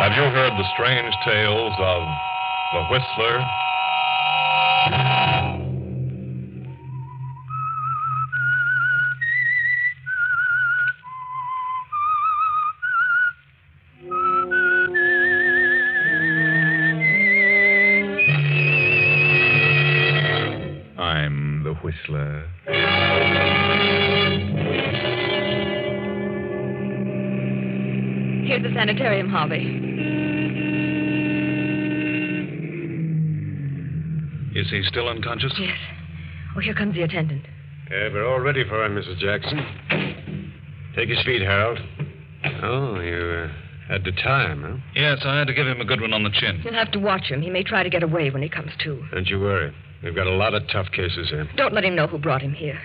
Have you heard the strange tales of the Whistler? I'm the Whistler. Here's the sanitarium, Harvey. Is he still unconscious? Yes. Oh, here comes the attendant. Yeah, we're all ready for him, Mrs. Jackson. Take his feet, Harold. Oh, you uh, had the time, huh? Yes, I had to give him a good one on the chin. You'll have to watch him. He may try to get away when he comes to. Don't you worry. We've got a lot of tough cases here. Don't let him know who brought him here.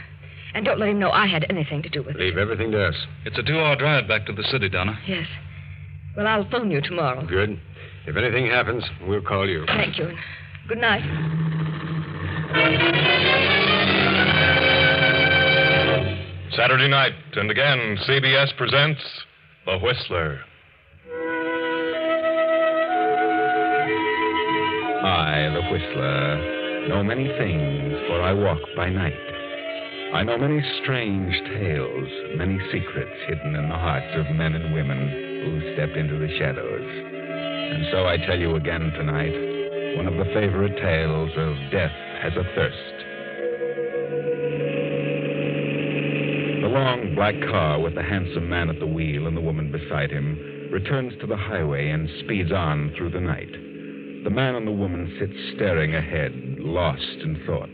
And don't let him know I had anything to do with it. Leave everything to us. It's a two hour drive back to the city, Donna. Yes. Well, I'll phone you tomorrow. Good. If anything happens, we'll call you. Thank you. and Good night. Saturday night, and again, CBS presents The Whistler. I, the Whistler, know many things, for I walk by night. I know many strange tales, many secrets hidden in the hearts of men and women who stepped into the shadows. And so I tell you again tonight one of the favorite tales of Death Has a Thirst. The long black car with the handsome man at the wheel and the woman beside him returns to the highway and speeds on through the night. The man and the woman sit staring ahead, lost in thought.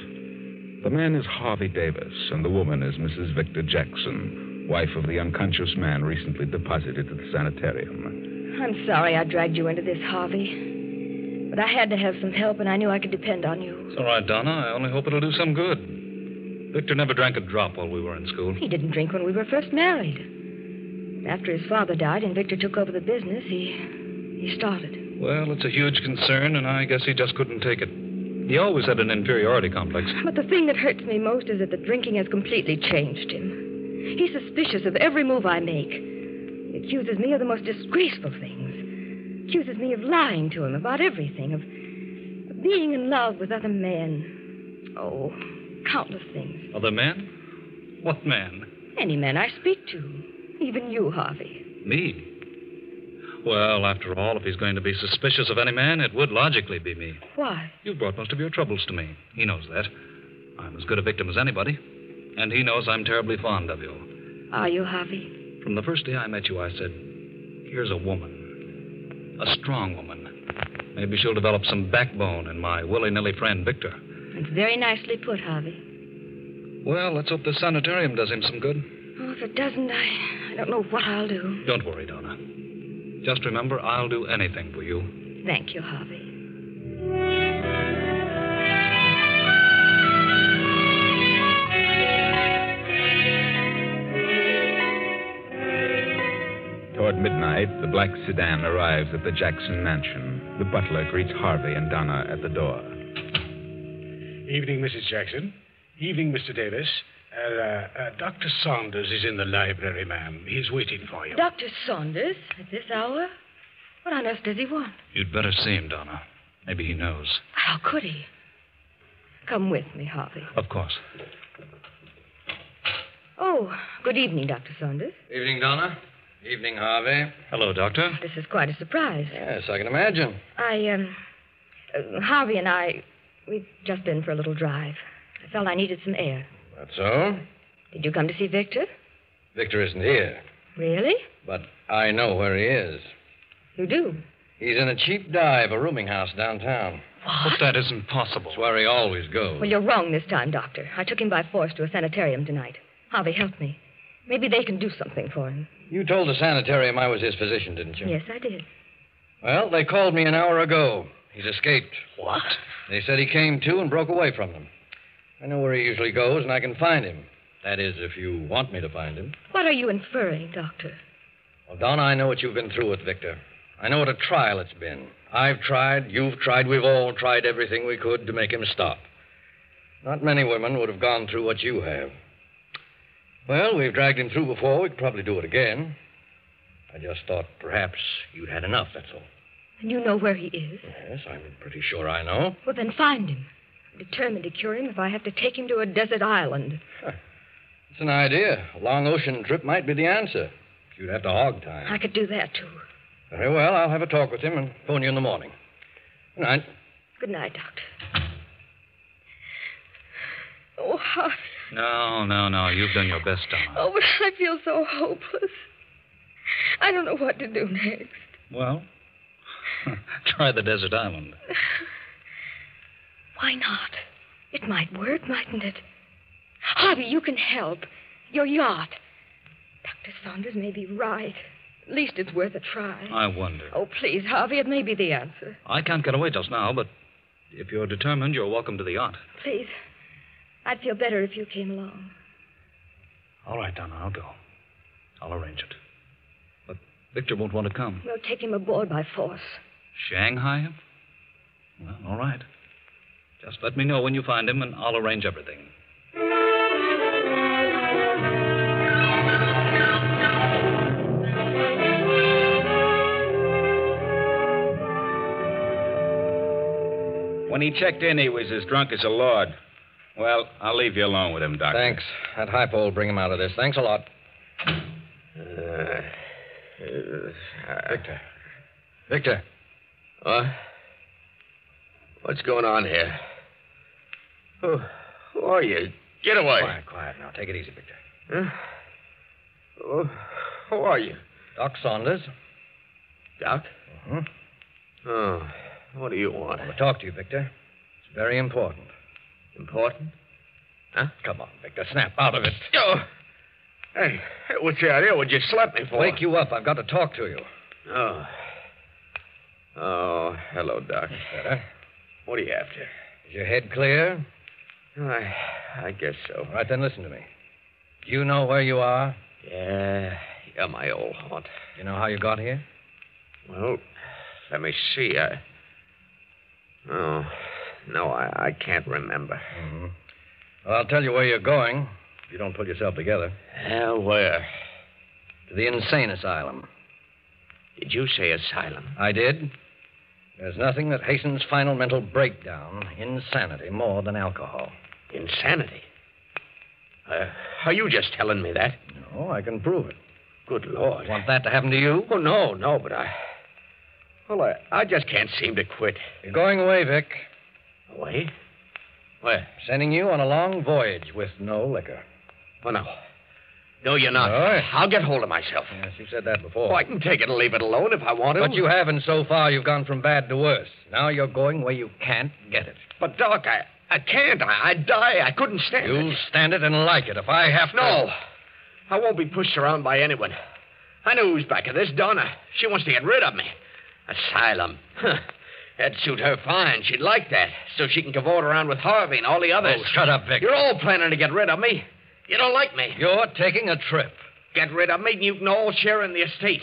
The man is Harvey Davis, and the woman is Mrs. Victor Jackson, wife of the unconscious man recently deposited at the sanitarium. I'm sorry I dragged you into this, Harvey. But I had to have some help, and I knew I could depend on you. It's all right, Donna. I only hope it'll do some good. Victor never drank a drop while we were in school. He didn't drink when we were first married. After his father died and Victor took over the business, he he started. Well, it's a huge concern, and I guess he just couldn't take it. He always had an inferiority complex. But the thing that hurts me most is that the drinking has completely changed him. He's suspicious of every move I make. He accuses me of the most disgraceful things. Accuses me of lying to him about everything, of, of being in love with other men. Oh, countless things. Other men? What man? Any man I speak to. Even you, Harvey. Me. Well, after all, if he's going to be suspicious of any man, it would logically be me. Why? You've brought most of your troubles to me. He knows that. I'm as good a victim as anybody. And he knows I'm terribly fond of you. Are you, Harvey? From the first day I met you, I said, here's a woman. A strong woman. Maybe she'll develop some backbone in my willy nilly friend, Victor. It's very nicely put, Harvey. Well, let's hope the sanitarium does him some good. Oh, if it doesn't, I, I don't know what I'll do. Don't worry, Donna. Just remember, I'll do anything for you. Thank you, Harvey. Toward midnight, the black sedan arrives at the Jackson mansion. The butler greets Harvey and Donna at the door. Evening, Mrs. Jackson. Evening, Mr. Davis. Uh, uh, Dr. Saunders is in the library, ma'am. He's waiting for you. Dr. Saunders, at this hour? What on earth does he want? You'd better see him, Donna. Maybe he knows. How could he? Come with me, Harvey. Of course. Oh, good evening, Dr. Saunders. Evening, Donna. Evening, Harvey. Hello, Doctor. This is quite a surprise. Yes, I can imagine. I, um, uh, Harvey and I, we've just been for a little drive. I felt I needed some air. That's so. Did you come to see Victor? Victor isn't here, Really? but I know where he is. You do? He's in a cheap dive, a rooming house downtown. But that isn't possible. It's where he always goes. Well, you're wrong this time, Doctor. I took him by force to a sanitarium tonight. Harvey, help me. Maybe they can do something for him. You told the sanitarium I was his physician, didn't you? Yes, I did. Well, they called me an hour ago. He's escaped. What? They said he came to and broke away from them. I know where he usually goes, and I can find him. That is, if you want me to find him. What are you inferring, Doctor? Well, Donna, I know what you've been through with Victor. I know what a trial it's been. I've tried, you've tried, we've all tried everything we could to make him stop. Not many women would have gone through what you have. Well, we've dragged him through before. We could probably do it again. I just thought perhaps you'd had enough, that's all. And you know where he is? Yes, I'm pretty sure I know. Well, then find him. I'm determined to cure him if I have to take him to a desert island. It's an idea. A long ocean trip might be the answer. You'd have to hog time. I could do that, too. Very well. I'll have a talk with him and phone you in the morning. Good night. Good night, Doctor. Oh, how... No, no, no. You've done your best, Donna. oh, but I feel so hopeless. I don't know what to do next. Well, try the desert island. Why not? It might work, mightn't it? Harvey, you can help. Your yacht. Dr. Saunders may be right. At least it's worth a try. I wonder. Oh, please, Harvey, it may be the answer. I can't get away just now, but if you're determined, you're welcome to the yacht. Please. I'd feel better if you came along. All right, Donna, I'll go. I'll arrange it. But Victor won't want to come. We'll take him aboard by force. Shanghai him? Well, all right. Just let me know when you find him, and I'll arrange everything. When he checked in, he was as drunk as a lord. Well, I'll leave you alone with him, Doctor. Thanks. That hypo will bring him out of this. Thanks a lot. Uh, Victor. Victor. What? What's going on here? Who, who are you? Get away. Quiet, quiet now. Take it easy, Victor. Huh? Who, Oh, who are you? Doc Saunders. Doc? Mhm. Oh, what do you want? I want to talk to you, Victor. It's very important. Important? Come on, Victor. Snap out of it. Oh. Hey, hey, what's the idea? What'd you slap me for? Wake you up. I've got to talk to you. Oh. Oh, hello, Doc. Better. What are you after? Is your head clear? I, I guess so. All right, then listen to me. Do you know where you are? Yeah, you're my old haunt. Do you know how you got here? Well, let me see. I. Oh, no, I, I can't remember. Mm-hmm. Well, I'll tell you where you're going if you don't pull yourself together. Well, where? To the insane asylum. Did you say asylum? I did. There's nothing that hastens final mental breakdown, insanity, more than alcohol. Insanity. Uh, are you just telling me that? No, I can prove it. Good Lord. Want that to happen to you? Oh, no, no, but I. Well, I, I just can't seem to quit. You're going away, Vic. Oh, eh? Away? Where? Sending you on a long voyage with no liquor. Oh, no. No, you're not. All right. I'll get hold of myself. Yes, you said that before. Oh, I can take it and leave it alone if I want to. But you haven't so far. You've gone from bad to worse. Now you're going where you can't get it. But, Doc, I, I can't. I, I'd die. I couldn't stand it. You'll stand it and like it if I have to. No. I won't be pushed around by anyone. I know who's back of this. Donna. She wants to get rid of me. Asylum. Huh. That'd suit her fine. She'd like that. So she can cavort around with Harvey and all the others. Oh, shut up, Vic. You're all planning to get rid of me. You don't like me. You're taking a trip. Get rid of me, and you can all share in the estate.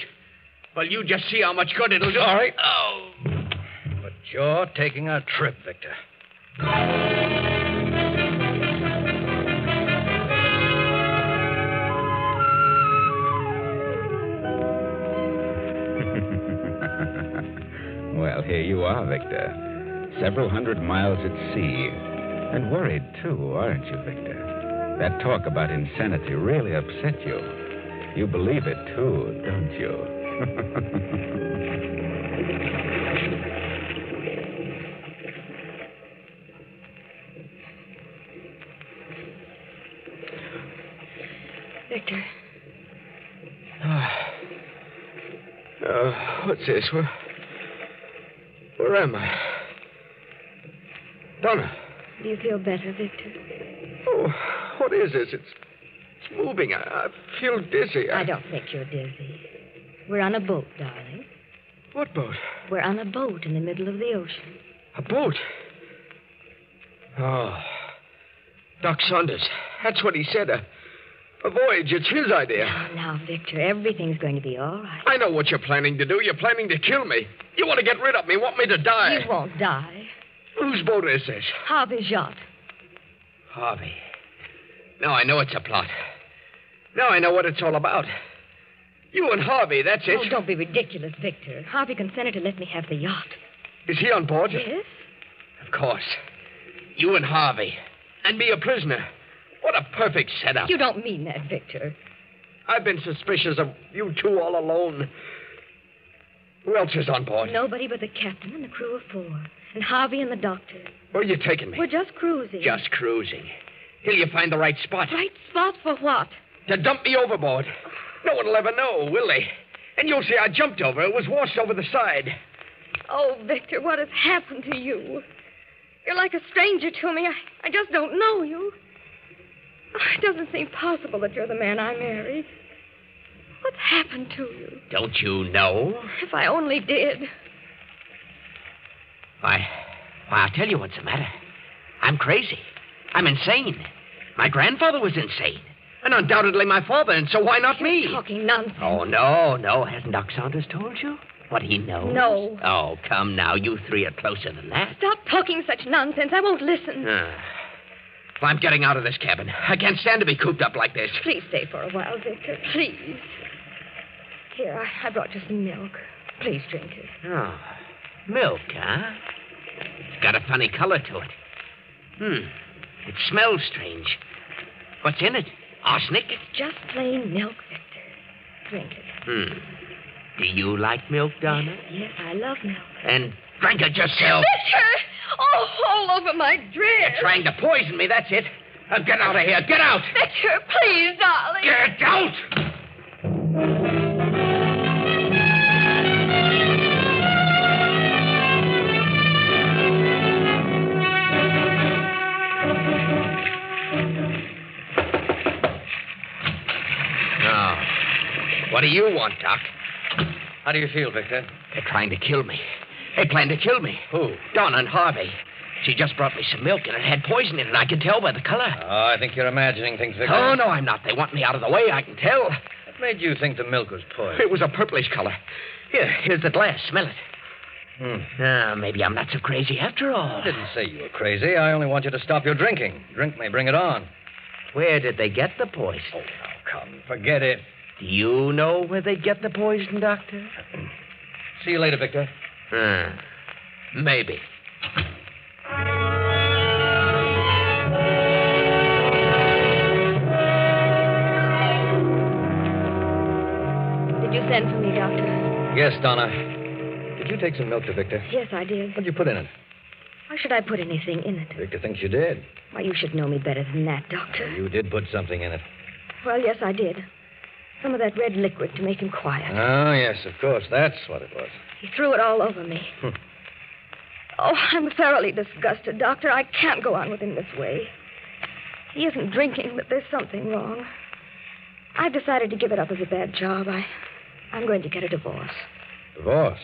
Well, you just see how much good it'll do. Sorry. Oh. But you're taking a trip, Victor. well, here you are, Victor. Several hundred miles at sea. And worried, too, aren't you, Victor? That talk about insanity really upset you. You believe it, too, don't you? Victor, Uh, what's this? Where, where am I? Donna. do you feel better, Victor? Oh, what is this? It's, it's moving. I, I feel dizzy. I don't think you're dizzy. We're on a boat, darling. What boat? We're on a boat in the middle of the ocean. A boat. Oh. Doc Saunders. That's what he said. A, a voyage. It's his idea. Oh, Now, Victor, everything's going to be all right. I know what you're planning to do. You're planning to kill me. You want to get rid of me, want me to die. You won't die. Whose boat is this? Harvey yacht. Harvey. Now I know it's a plot. Now I know what it's all about. You and Harvey, that's it. Oh, don't be ridiculous, Victor. Harvey consented to let me have the yacht. Is he on board? Yes? Of course. You and Harvey. And me a prisoner. What a perfect setup. You don't mean that, Victor. I've been suspicious of you two all alone. Who else is on board? Nobody but the captain and the crew of four, and Harvey and the doctor. Where are you taking me? We're just cruising. Just cruising. Till you find the right spot. Right spot for what? To dump me overboard. No one'll ever know, will they? And you'll see I jumped over. It was washed over the side. Oh, Victor, what has happened to you? You're like a stranger to me. I, I just don't know you. Oh, It doesn't seem possible that you're the man I married. What's happened to you? Don't you know? If I only did. Why, why, I'll tell you what's the matter. I'm crazy. I'm insane. My grandfather was insane. And undoubtedly my father, and so why not me? Talking nonsense. Oh, no, no. Hasn't Doc Saunders told you? What he knows? No. Oh, come now. You three are closer than that. Stop talking such nonsense. I won't listen. Ah. Well, I'm getting out of this cabin. I can't stand to be cooped up like this. Please stay for a while, Victor. Please. Here, I, I brought you some milk. Please drink it. Oh, milk, huh? It's got a funny color to it. Hmm. It smells strange. What's in it? Arsenic? Just plain milk, Victor. Drink it. Hmm. Do you like milk, Donna? Yes, I love milk. And drink it yourself. Victor! Oh, all over my dress. You're trying to poison me, that's it. Now get out of here. Get out! Victor, please, darling. Get out! Now, what do you want, Doc? How do you feel, Victor? They're trying to kill me. They plan to kill me. Who? Donna and Harvey. She just brought me some milk, and it had poison in it. I can tell by the color. Oh, I think you're imagining things, Victor. oh, no, I'm not. They want me out of the way. I can tell. What made you think the milk was poisoned? It was a purplish color. Here, here's the glass. Smell it. Hmm. Ah, maybe I'm not so crazy after all. I didn't say you were crazy. I only want you to stop your drinking. Drink me, bring it on. Where did they get the poison? Oh, now come, forget it. Do you know where they get the poison, Doctor? See you later, Victor. Hmm. Maybe. Did you send for me, Doctor? Yes, Donna. Did you take some milk to Victor? Yes, I did. What'd you put in it? Why should I put anything in it? Victor thinks you did. Why, you should know me better than that, Doctor. You did put something in it. Well, yes, I did. Some of that red liquid to make him quiet. Oh, yes, of course. That's what it was. He threw it all over me. Hmm. Oh, I'm thoroughly disgusted, Doctor. I can't go on with him this way. He isn't drinking, but there's something wrong. I've decided to give it up as a bad job. I, I'm going to get a divorce. Divorce.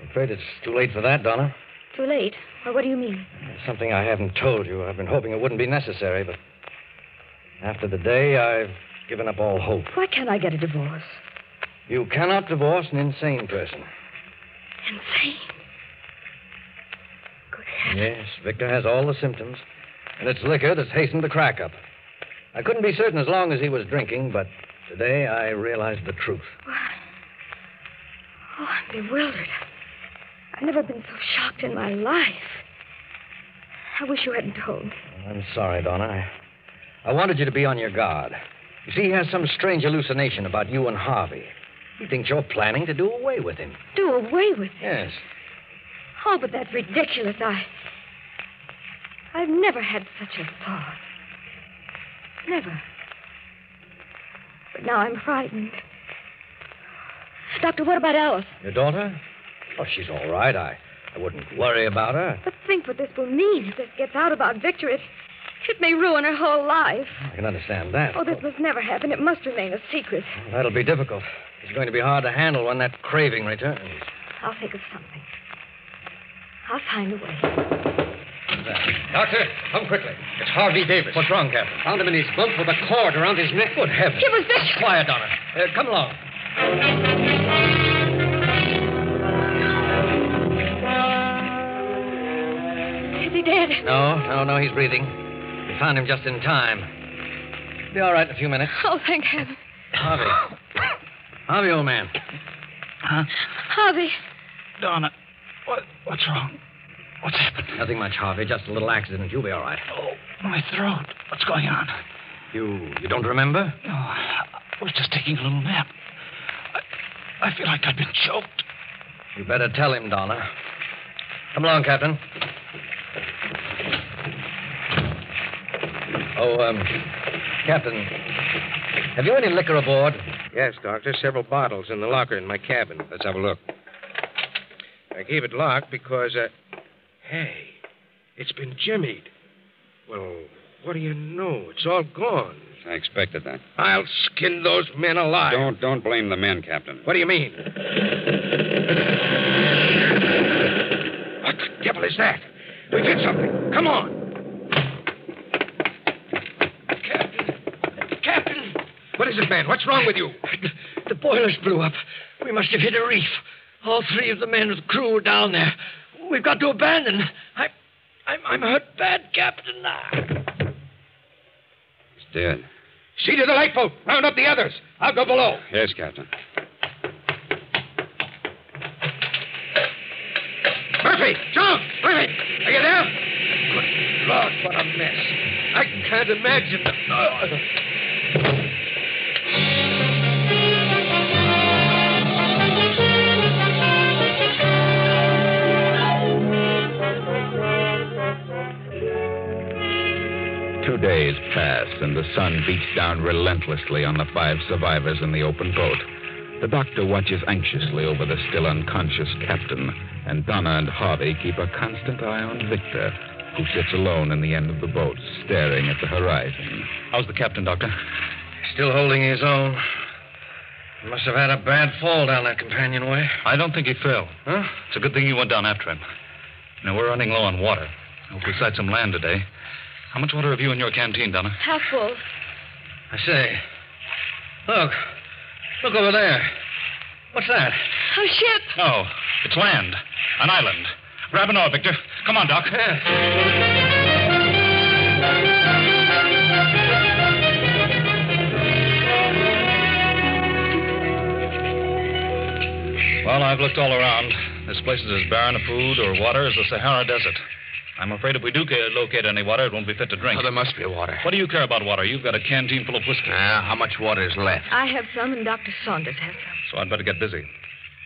I'm afraid it's too late for that, Donna. Too late. Well, what do you mean? There's something I haven't told you. I've been hoping it wouldn't be necessary, but after the day, I've given up all hope. Why can't I get a divorce? You cannot divorce an insane person. Insane. Good heavens. Yes, Victor has all the symptoms, and it's liquor that's hastened the crack up. I couldn't be certain as long as he was drinking, but today I realized the truth. Oh, I'm bewildered. I've never been so shocked in my life. I wish you hadn't told me. I'm sorry, Donna. I, I wanted you to be on your guard. You see, he has some strange hallucination about you and Harvey. He thinks you're planning to do away with him. Do away with it. Yes. Oh, but that's ridiculous. I. I've never had such a thought. Never. But now I'm frightened. Doctor, what about Alice? Your daughter? Oh, she's all right. I, I wouldn't worry about her. But think what this will mean if this gets out about Victor. It, It may ruin her whole life. I can understand that. Oh, this must never happen. It must remain a secret. That'll be difficult. It's going to be hard to handle when that craving returns. I'll think of something. I'll find a way. Doctor, come quickly. It's Harvey Davis. What's wrong, Captain? Found him in his bunk with a cord around his neck. Good heavens. It was this. Quiet, Donna. Uh, come along. Is he dead? No, no, no, he's breathing. We found him just in time. Be all right in a few minutes. Oh, thank heaven. Harvey. Harvey, old man. Huh? Harvey. Donna, what, what's wrong? What's happened? Nothing much, Harvey. Just a little accident. You'll be all right. Oh, My throat. What's going on? you you don't remember? No, Oh, I I was just taking a little nap. I, I feel like I've been choked. You better tell him, Donna. Come along, Captain. Oh, um, Captain, have you any liquor aboard? Yes, Doctor. Several bottles in the locker in my cabin. Let's have a look. I keep it locked because, uh, hey, it's been jimmied. Well, what do you know? It's all gone. I expected that. I'll skin those men alive. Don't don't blame the men, Captain. What do you mean? What the devil is that? We've hit something. Come on. Captain! What is it, man? What's wrong with you? The boilers blew up. We must have hit a reef. All three of the men of the crew are down there. We've got to abandon. I, I'm, I'm hurt bad, Captain. Ah. He's dead. See to the light boat. Round up the others. I'll go below. Yes, Captain. Murphy! John! Murphy! Are you there? Good Lord, what a mess. I can't imagine. Ugh. Two days pass, and the sun beats down relentlessly on the five survivors in the open boat. The doctor watches anxiously over the still unconscious captain, and Donna and Harvey keep a constant eye on Victor, who sits alone in the end of the boat, staring at the horizon. How's the captain, Doctor? Still holding his own. He must have had a bad fall down that companionway. I don't think he fell. Huh? It's a good thing you went down after him. Now, we're running low on water. Hope we sight some land today. How much water have you in your canteen, Donna? How full? I say. Look. Look over there. What's that? A ship. Oh, it's land. An island. Grab an oar, Victor. Come on, Doc. Well, I've looked all around. This place is as barren of food or water as the Sahara Desert. I'm afraid if we do ca- locate any water, it won't be fit to drink. Oh, there must be water. What do you care about water? You've got a canteen full of whiskey. Ah, how much water is left? I have some, and Dr. Saunders has So I'd better get busy.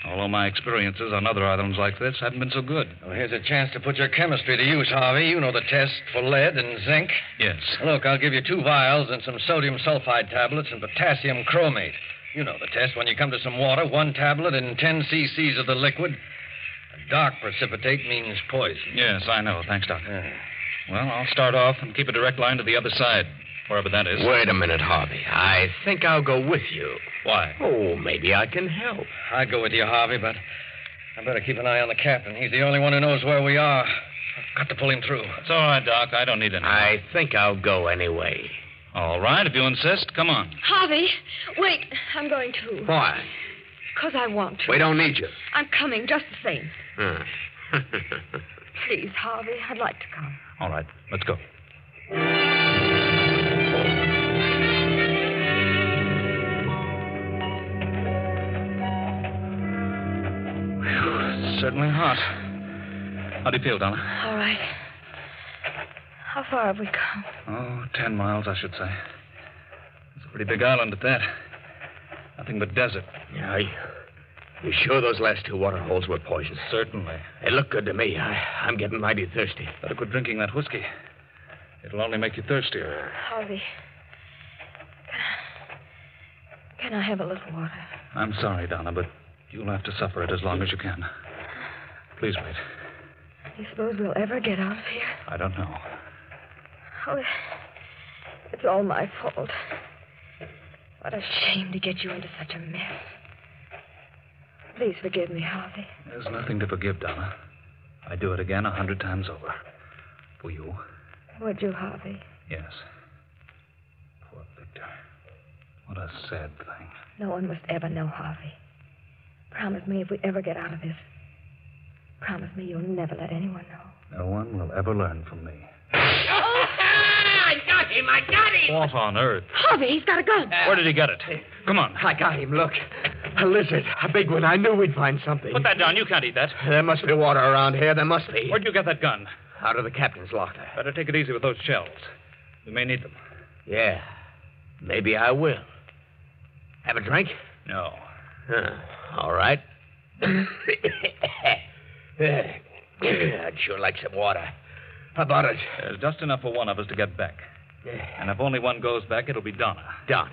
Although my experiences on other islands like this haven't been so good. Well, here's a chance to put your chemistry to use, Harvey. You know the test for lead and zinc. Yes. Look, I'll give you two vials and some sodium sulfide tablets and potassium chromate. You know the test. When you come to some water, one tablet and 10 cc's of the liquid. A dark precipitate means poison. Yes, I know. Thanks, Doctor. Well, I'll start off and keep a direct line to the other side, wherever that is. Wait a minute, Harvey. I think I'll go with you. Why? Oh, maybe I can help. I'd go with you, Harvey, but I better keep an eye on the captain. He's the only one who knows where we are. I've got to pull him through. It's all right, Doc. I don't need any. I think I'll go anyway. All right, if you insist. Come on. Harvey, wait. I'm going too. Why? Because I want to. We don't need you. Ah. I'm coming just the same. Huh. Please, Harvey, I'd like to come. All right, let's go. Whew, certainly hot. How do you feel, Donna? All right. How far have we come? Oh, ten miles, I should say. It's a pretty big island at that. Nothing but desert. Yeah, you, you sure those last two water holes were poisoned? Certainly. They look good to me. I, I'm getting mighty thirsty. Better quit drinking that whiskey. It'll only make you thirstier. Harvey. Can I have a little water? I'm sorry, Donna, but you'll have to suffer it as long as you can. Please wait. Do you suppose we'll ever get out of here? I don't know. Oh, it's all my fault. What a shame to get you into such a mess. Please forgive me, Harvey. There's nothing to forgive, Donna. I'd do it again a hundred times over. For you, Would you, Harvey? yes. Poor Victor. What a sad thing. No one must ever know, Harvey. Promise me if we ever get out of this. Promise me you'll never let anyone know. No one will ever learn from me. Oh, ah, I got him! I got him! What on earth? Harvey, he's got a gun. Where did he get it? Come on. I got him. Look. A lizard. A big one. I knew we'd find something. Put that down. You can't eat that. There must be water around here. There must be. Where'd you get that gun? Out of the captain's locker. Better take it easy with those shells. We may need them. Yeah. Maybe I will. Have a drink? No. Huh. All right. I'd sure like some water. How about it? There's just enough for one of us to get back. And if only one goes back, it'll be Donna. Donna?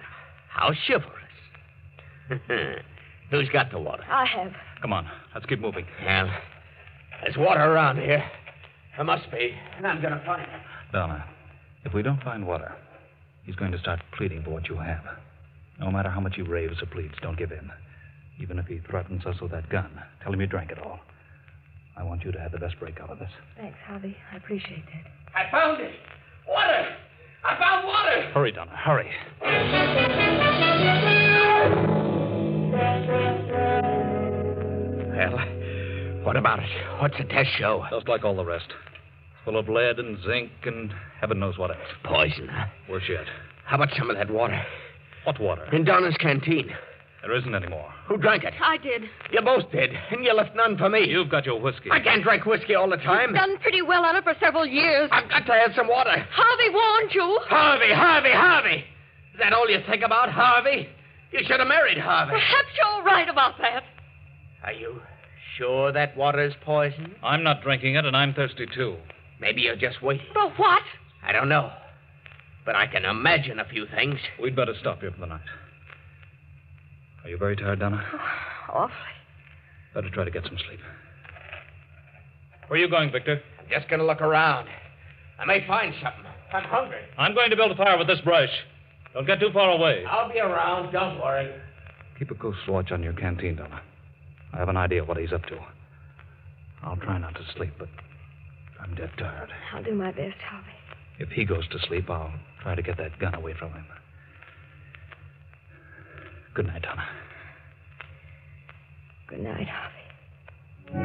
How chivalrous. Who's got the water? I have. Come on. Let's keep moving. Yeah. There's water around here. There must be. And I'm going to find it. Donna, if we don't find water, he's going to start pleading for what you have. No matter how much he raves or pleads, don't give in. Even if he threatens us with that gun, tell him you drank it all. I want you to have the best break out of this. Thanks, Harvey. I appreciate that. I found it. Water. I found water. Hurry, Donna, hurry. Well, what about it? What's the test show? Just like all the rest. It's full of lead and zinc and heaven knows what else. Poison, huh? Worse yet. How about some of that water? What water? In Donna's canteen. There isn't any more. Who drank it? I did. You both did, and you left none for me. You've got your whiskey. I can't drink whiskey all the time. You've done pretty well on it for several years. I've got to have some water. Harvey warned you. Harvey, Harvey, Harvey. Is that all you think about, Harvey? You should have married Harvey. Perhaps you're right about that. Are you sure that water is poison? I'm not drinking it, and I'm thirsty too. Maybe you're just waiting. For what? I don't know. But I can imagine a few things. We'd better stop here for the night. Are you very tired, Donna? Awfully. Better try to get some sleep. Where are you going, Victor? I'm just going to look around. I may find something. I'm hungry. I'm going to build a fire with this brush. Don't get too far away. I'll be around. Don't worry. Keep a close watch on your canteen, Donna. I have an idea what he's up to. I'll try not to sleep, but I'm dead tired. I'll do my best, Harvey. If he goes to sleep, I'll try to get that gun away from him. Good night, Donna. Good night, Harvey.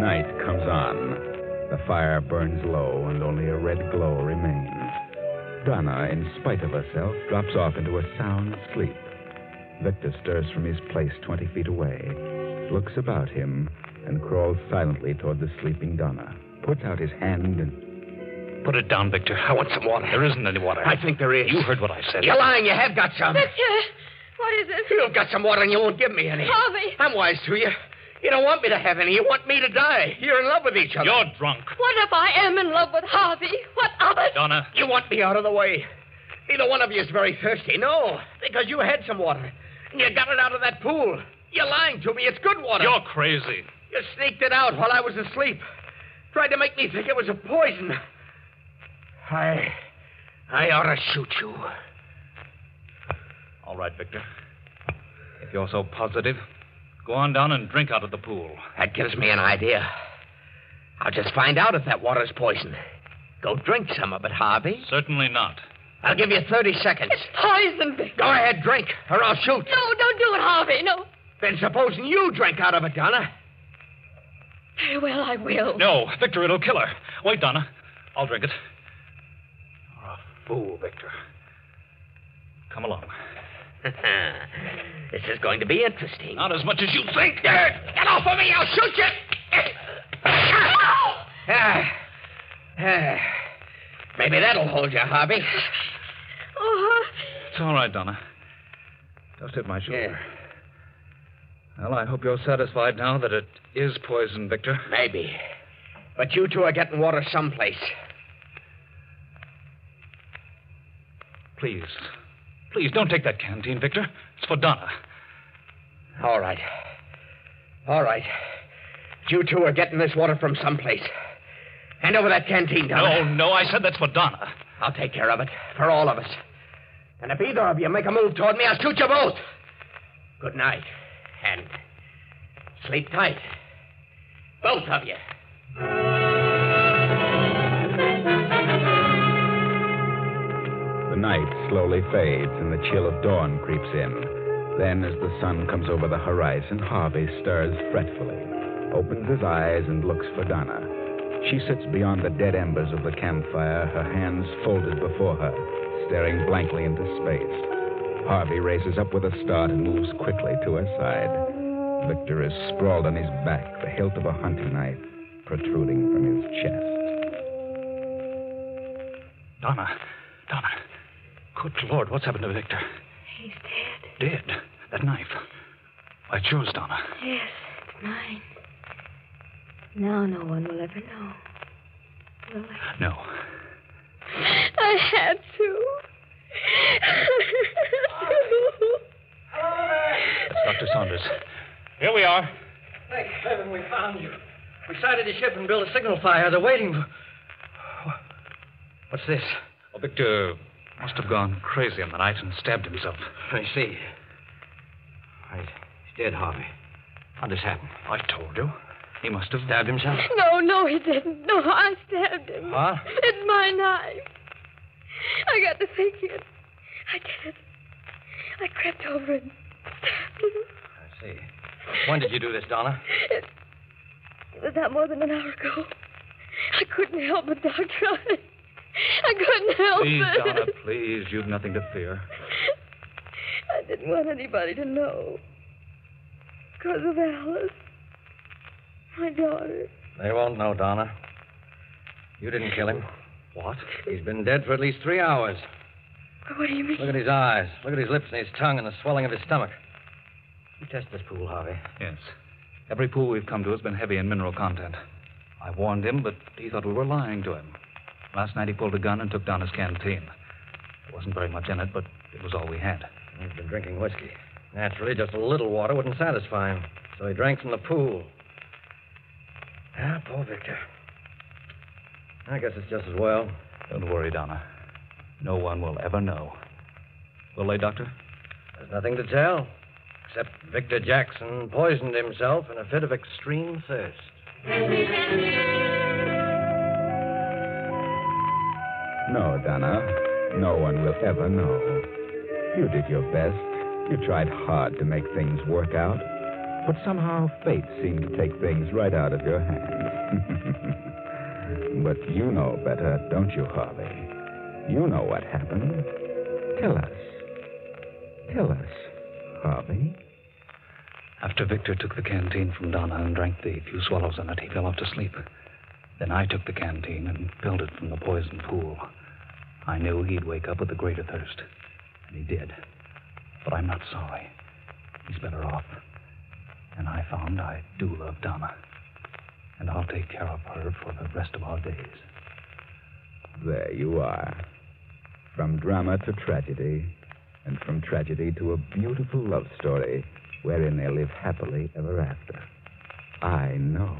Night comes on. The fire burns low, and only a red glow remains. Donna, in spite of herself, drops off into a sound sleep. Victor stirs from his place 20 feet away, looks about him, and crawls silently toward the sleeping Donna, puts out his hand, and. Put it down, Victor. I want some water. There isn't any water. I think there is. You heard what I said. You're lying. You have got some. Victor, what is it? You've got some water and you won't give me any. Harvey. I'm wise to you. You don't want me to have any. You want me to die. You're in love with each other. You're drunk. What if I am in love with Harvey? What of it? Donna. You want me out of the way. Neither one of you is very thirsty. No, because you had some water. And you got it out of that pool. You're lying to me. It's good water. You're crazy. You sneaked it out while I was asleep. Tried to make me think it was a poison. I. I ought to shoot you. All right, Victor. If you're so positive, go on down and drink out of the pool. That gives me an idea. I'll just find out if that water's poison. Go drink some of it, Harvey. Certainly not. I'll give you 30 seconds. Poison, Victor. Go ahead, drink, or I'll shoot. No, don't do it, Harvey. No. Then supposing you drink out of it, Donna. Very well, I will. No, Victor, it'll kill her. Wait, Donna. I'll drink it. You're a fool, Victor. Come along. this is going to be interesting. Not as much as you Think there! Get off of me! I'll shoot you! Ah. Ah. Maybe that'll hold you, Harvey. Oh, It's all right, Donna. Just hit my shoulder. Well, I hope you're satisfied now that it is poison, Victor. Maybe. But you two are getting water someplace. Please. Please, don't take that canteen, Victor. It's for Donna. All right. All right. You two are getting this water from someplace. Hand over that canteen, Oh, Donna. No, no, I said that's for Donna. I'll take care of it for all of us. And if either of you make a move toward me, I'll shoot you both. Good night. And sleep tight. Both of you. The night slowly fades and the chill of dawn creeps in. Then, as the sun comes over the horizon, Harvey stirs fretfully, opens his eyes, and looks for Donna. She sits beyond the dead embers of the campfire, her hands folded before her, staring blankly into space. Harvey races up with a start and moves quickly to her side. Victor is sprawled on his back, the hilt of a hunting knife protruding from his chest. Donna. Donna. Good Lord, what's happened to Victor? He's dead. Dead. That knife. By Jules, Donna. Yes, it's mine. Now no one will ever know. Will I? No. I had to. That's Dr. Saunders. Here we are. Thank heaven we found you. We sighted the ship and built a signal fire. They're waiting. for- What's this? Oh, Victor must have gone crazy on the night and stabbed himself. I see. Right. He's dead, Harvey. How'd this happen? I told you. He must have stabbed himself. No, no, he didn't. No, I stabbed him. Huh? It's my knife. I got to thinking. it. I did. I crept over and stabbed him. I see. When did you do this, Donna? It, it was not more than an hour ago. I couldn't help it, Doctor. I, I couldn't help Please, it. Donna, please. You've nothing to fear. I didn't want anybody to know. Because of Alice. My daughter. They won't know, Donna. You didn't kill him. What? He's been dead for at least three hours. What do you mean? Look at his eyes. Look at his lips and his tongue and the swelling of his stomach. You test this pool, Harvey. Yes. Every pool we've come to has been heavy in mineral content. I warned him, but he thought we were lying to him. Last night he pulled a gun and took down his canteen. There wasn't very much in it, but it was all we had. He's been drinking whiskey. Naturally, just a little water wouldn't satisfy him, so he drank from the pool. Ah, poor Victor. I guess it's just as well. Don't worry, Donna. No one will ever know. Will they, Doctor? There's nothing to tell, except Victor Jackson poisoned himself in a fit of extreme thirst. No, Donna. No one will ever know. You did your best. You tried hard to make things work out. But somehow fate seemed to take things right out of your hands. but you know better, don't you, Harvey? You know what happened. Tell us. Tell us, Harvey. After Victor took the canteen from Donna and drank the few swallows in it, he fell off to sleep. Then I took the canteen and filled it from the poison pool. I knew he'd wake up with a greater thirst, and he did. But I'm not sorry. He's better off. And I found I do love Donna. And I'll take care of her for the rest of our days. There you are. From drama to tragedy, and from tragedy to a beautiful love story wherein they live happily ever after. I know.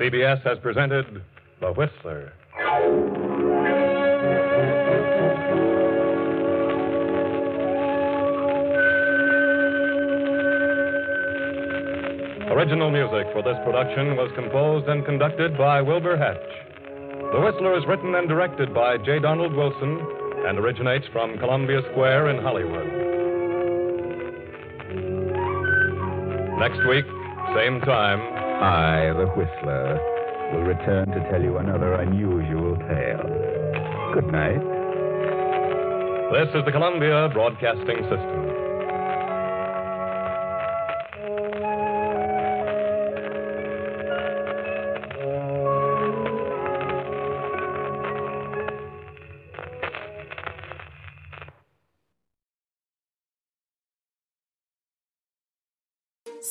CBS has presented The Whistler. Original music for this production was composed and conducted by Wilbur Hatch. The Whistler is written and directed by J. Donald Wilson and originates from Columbia Square in Hollywood. Next week, same time. I, the Whistler, will return to tell you another unusual tale. Good night. This is the Columbia Broadcasting System.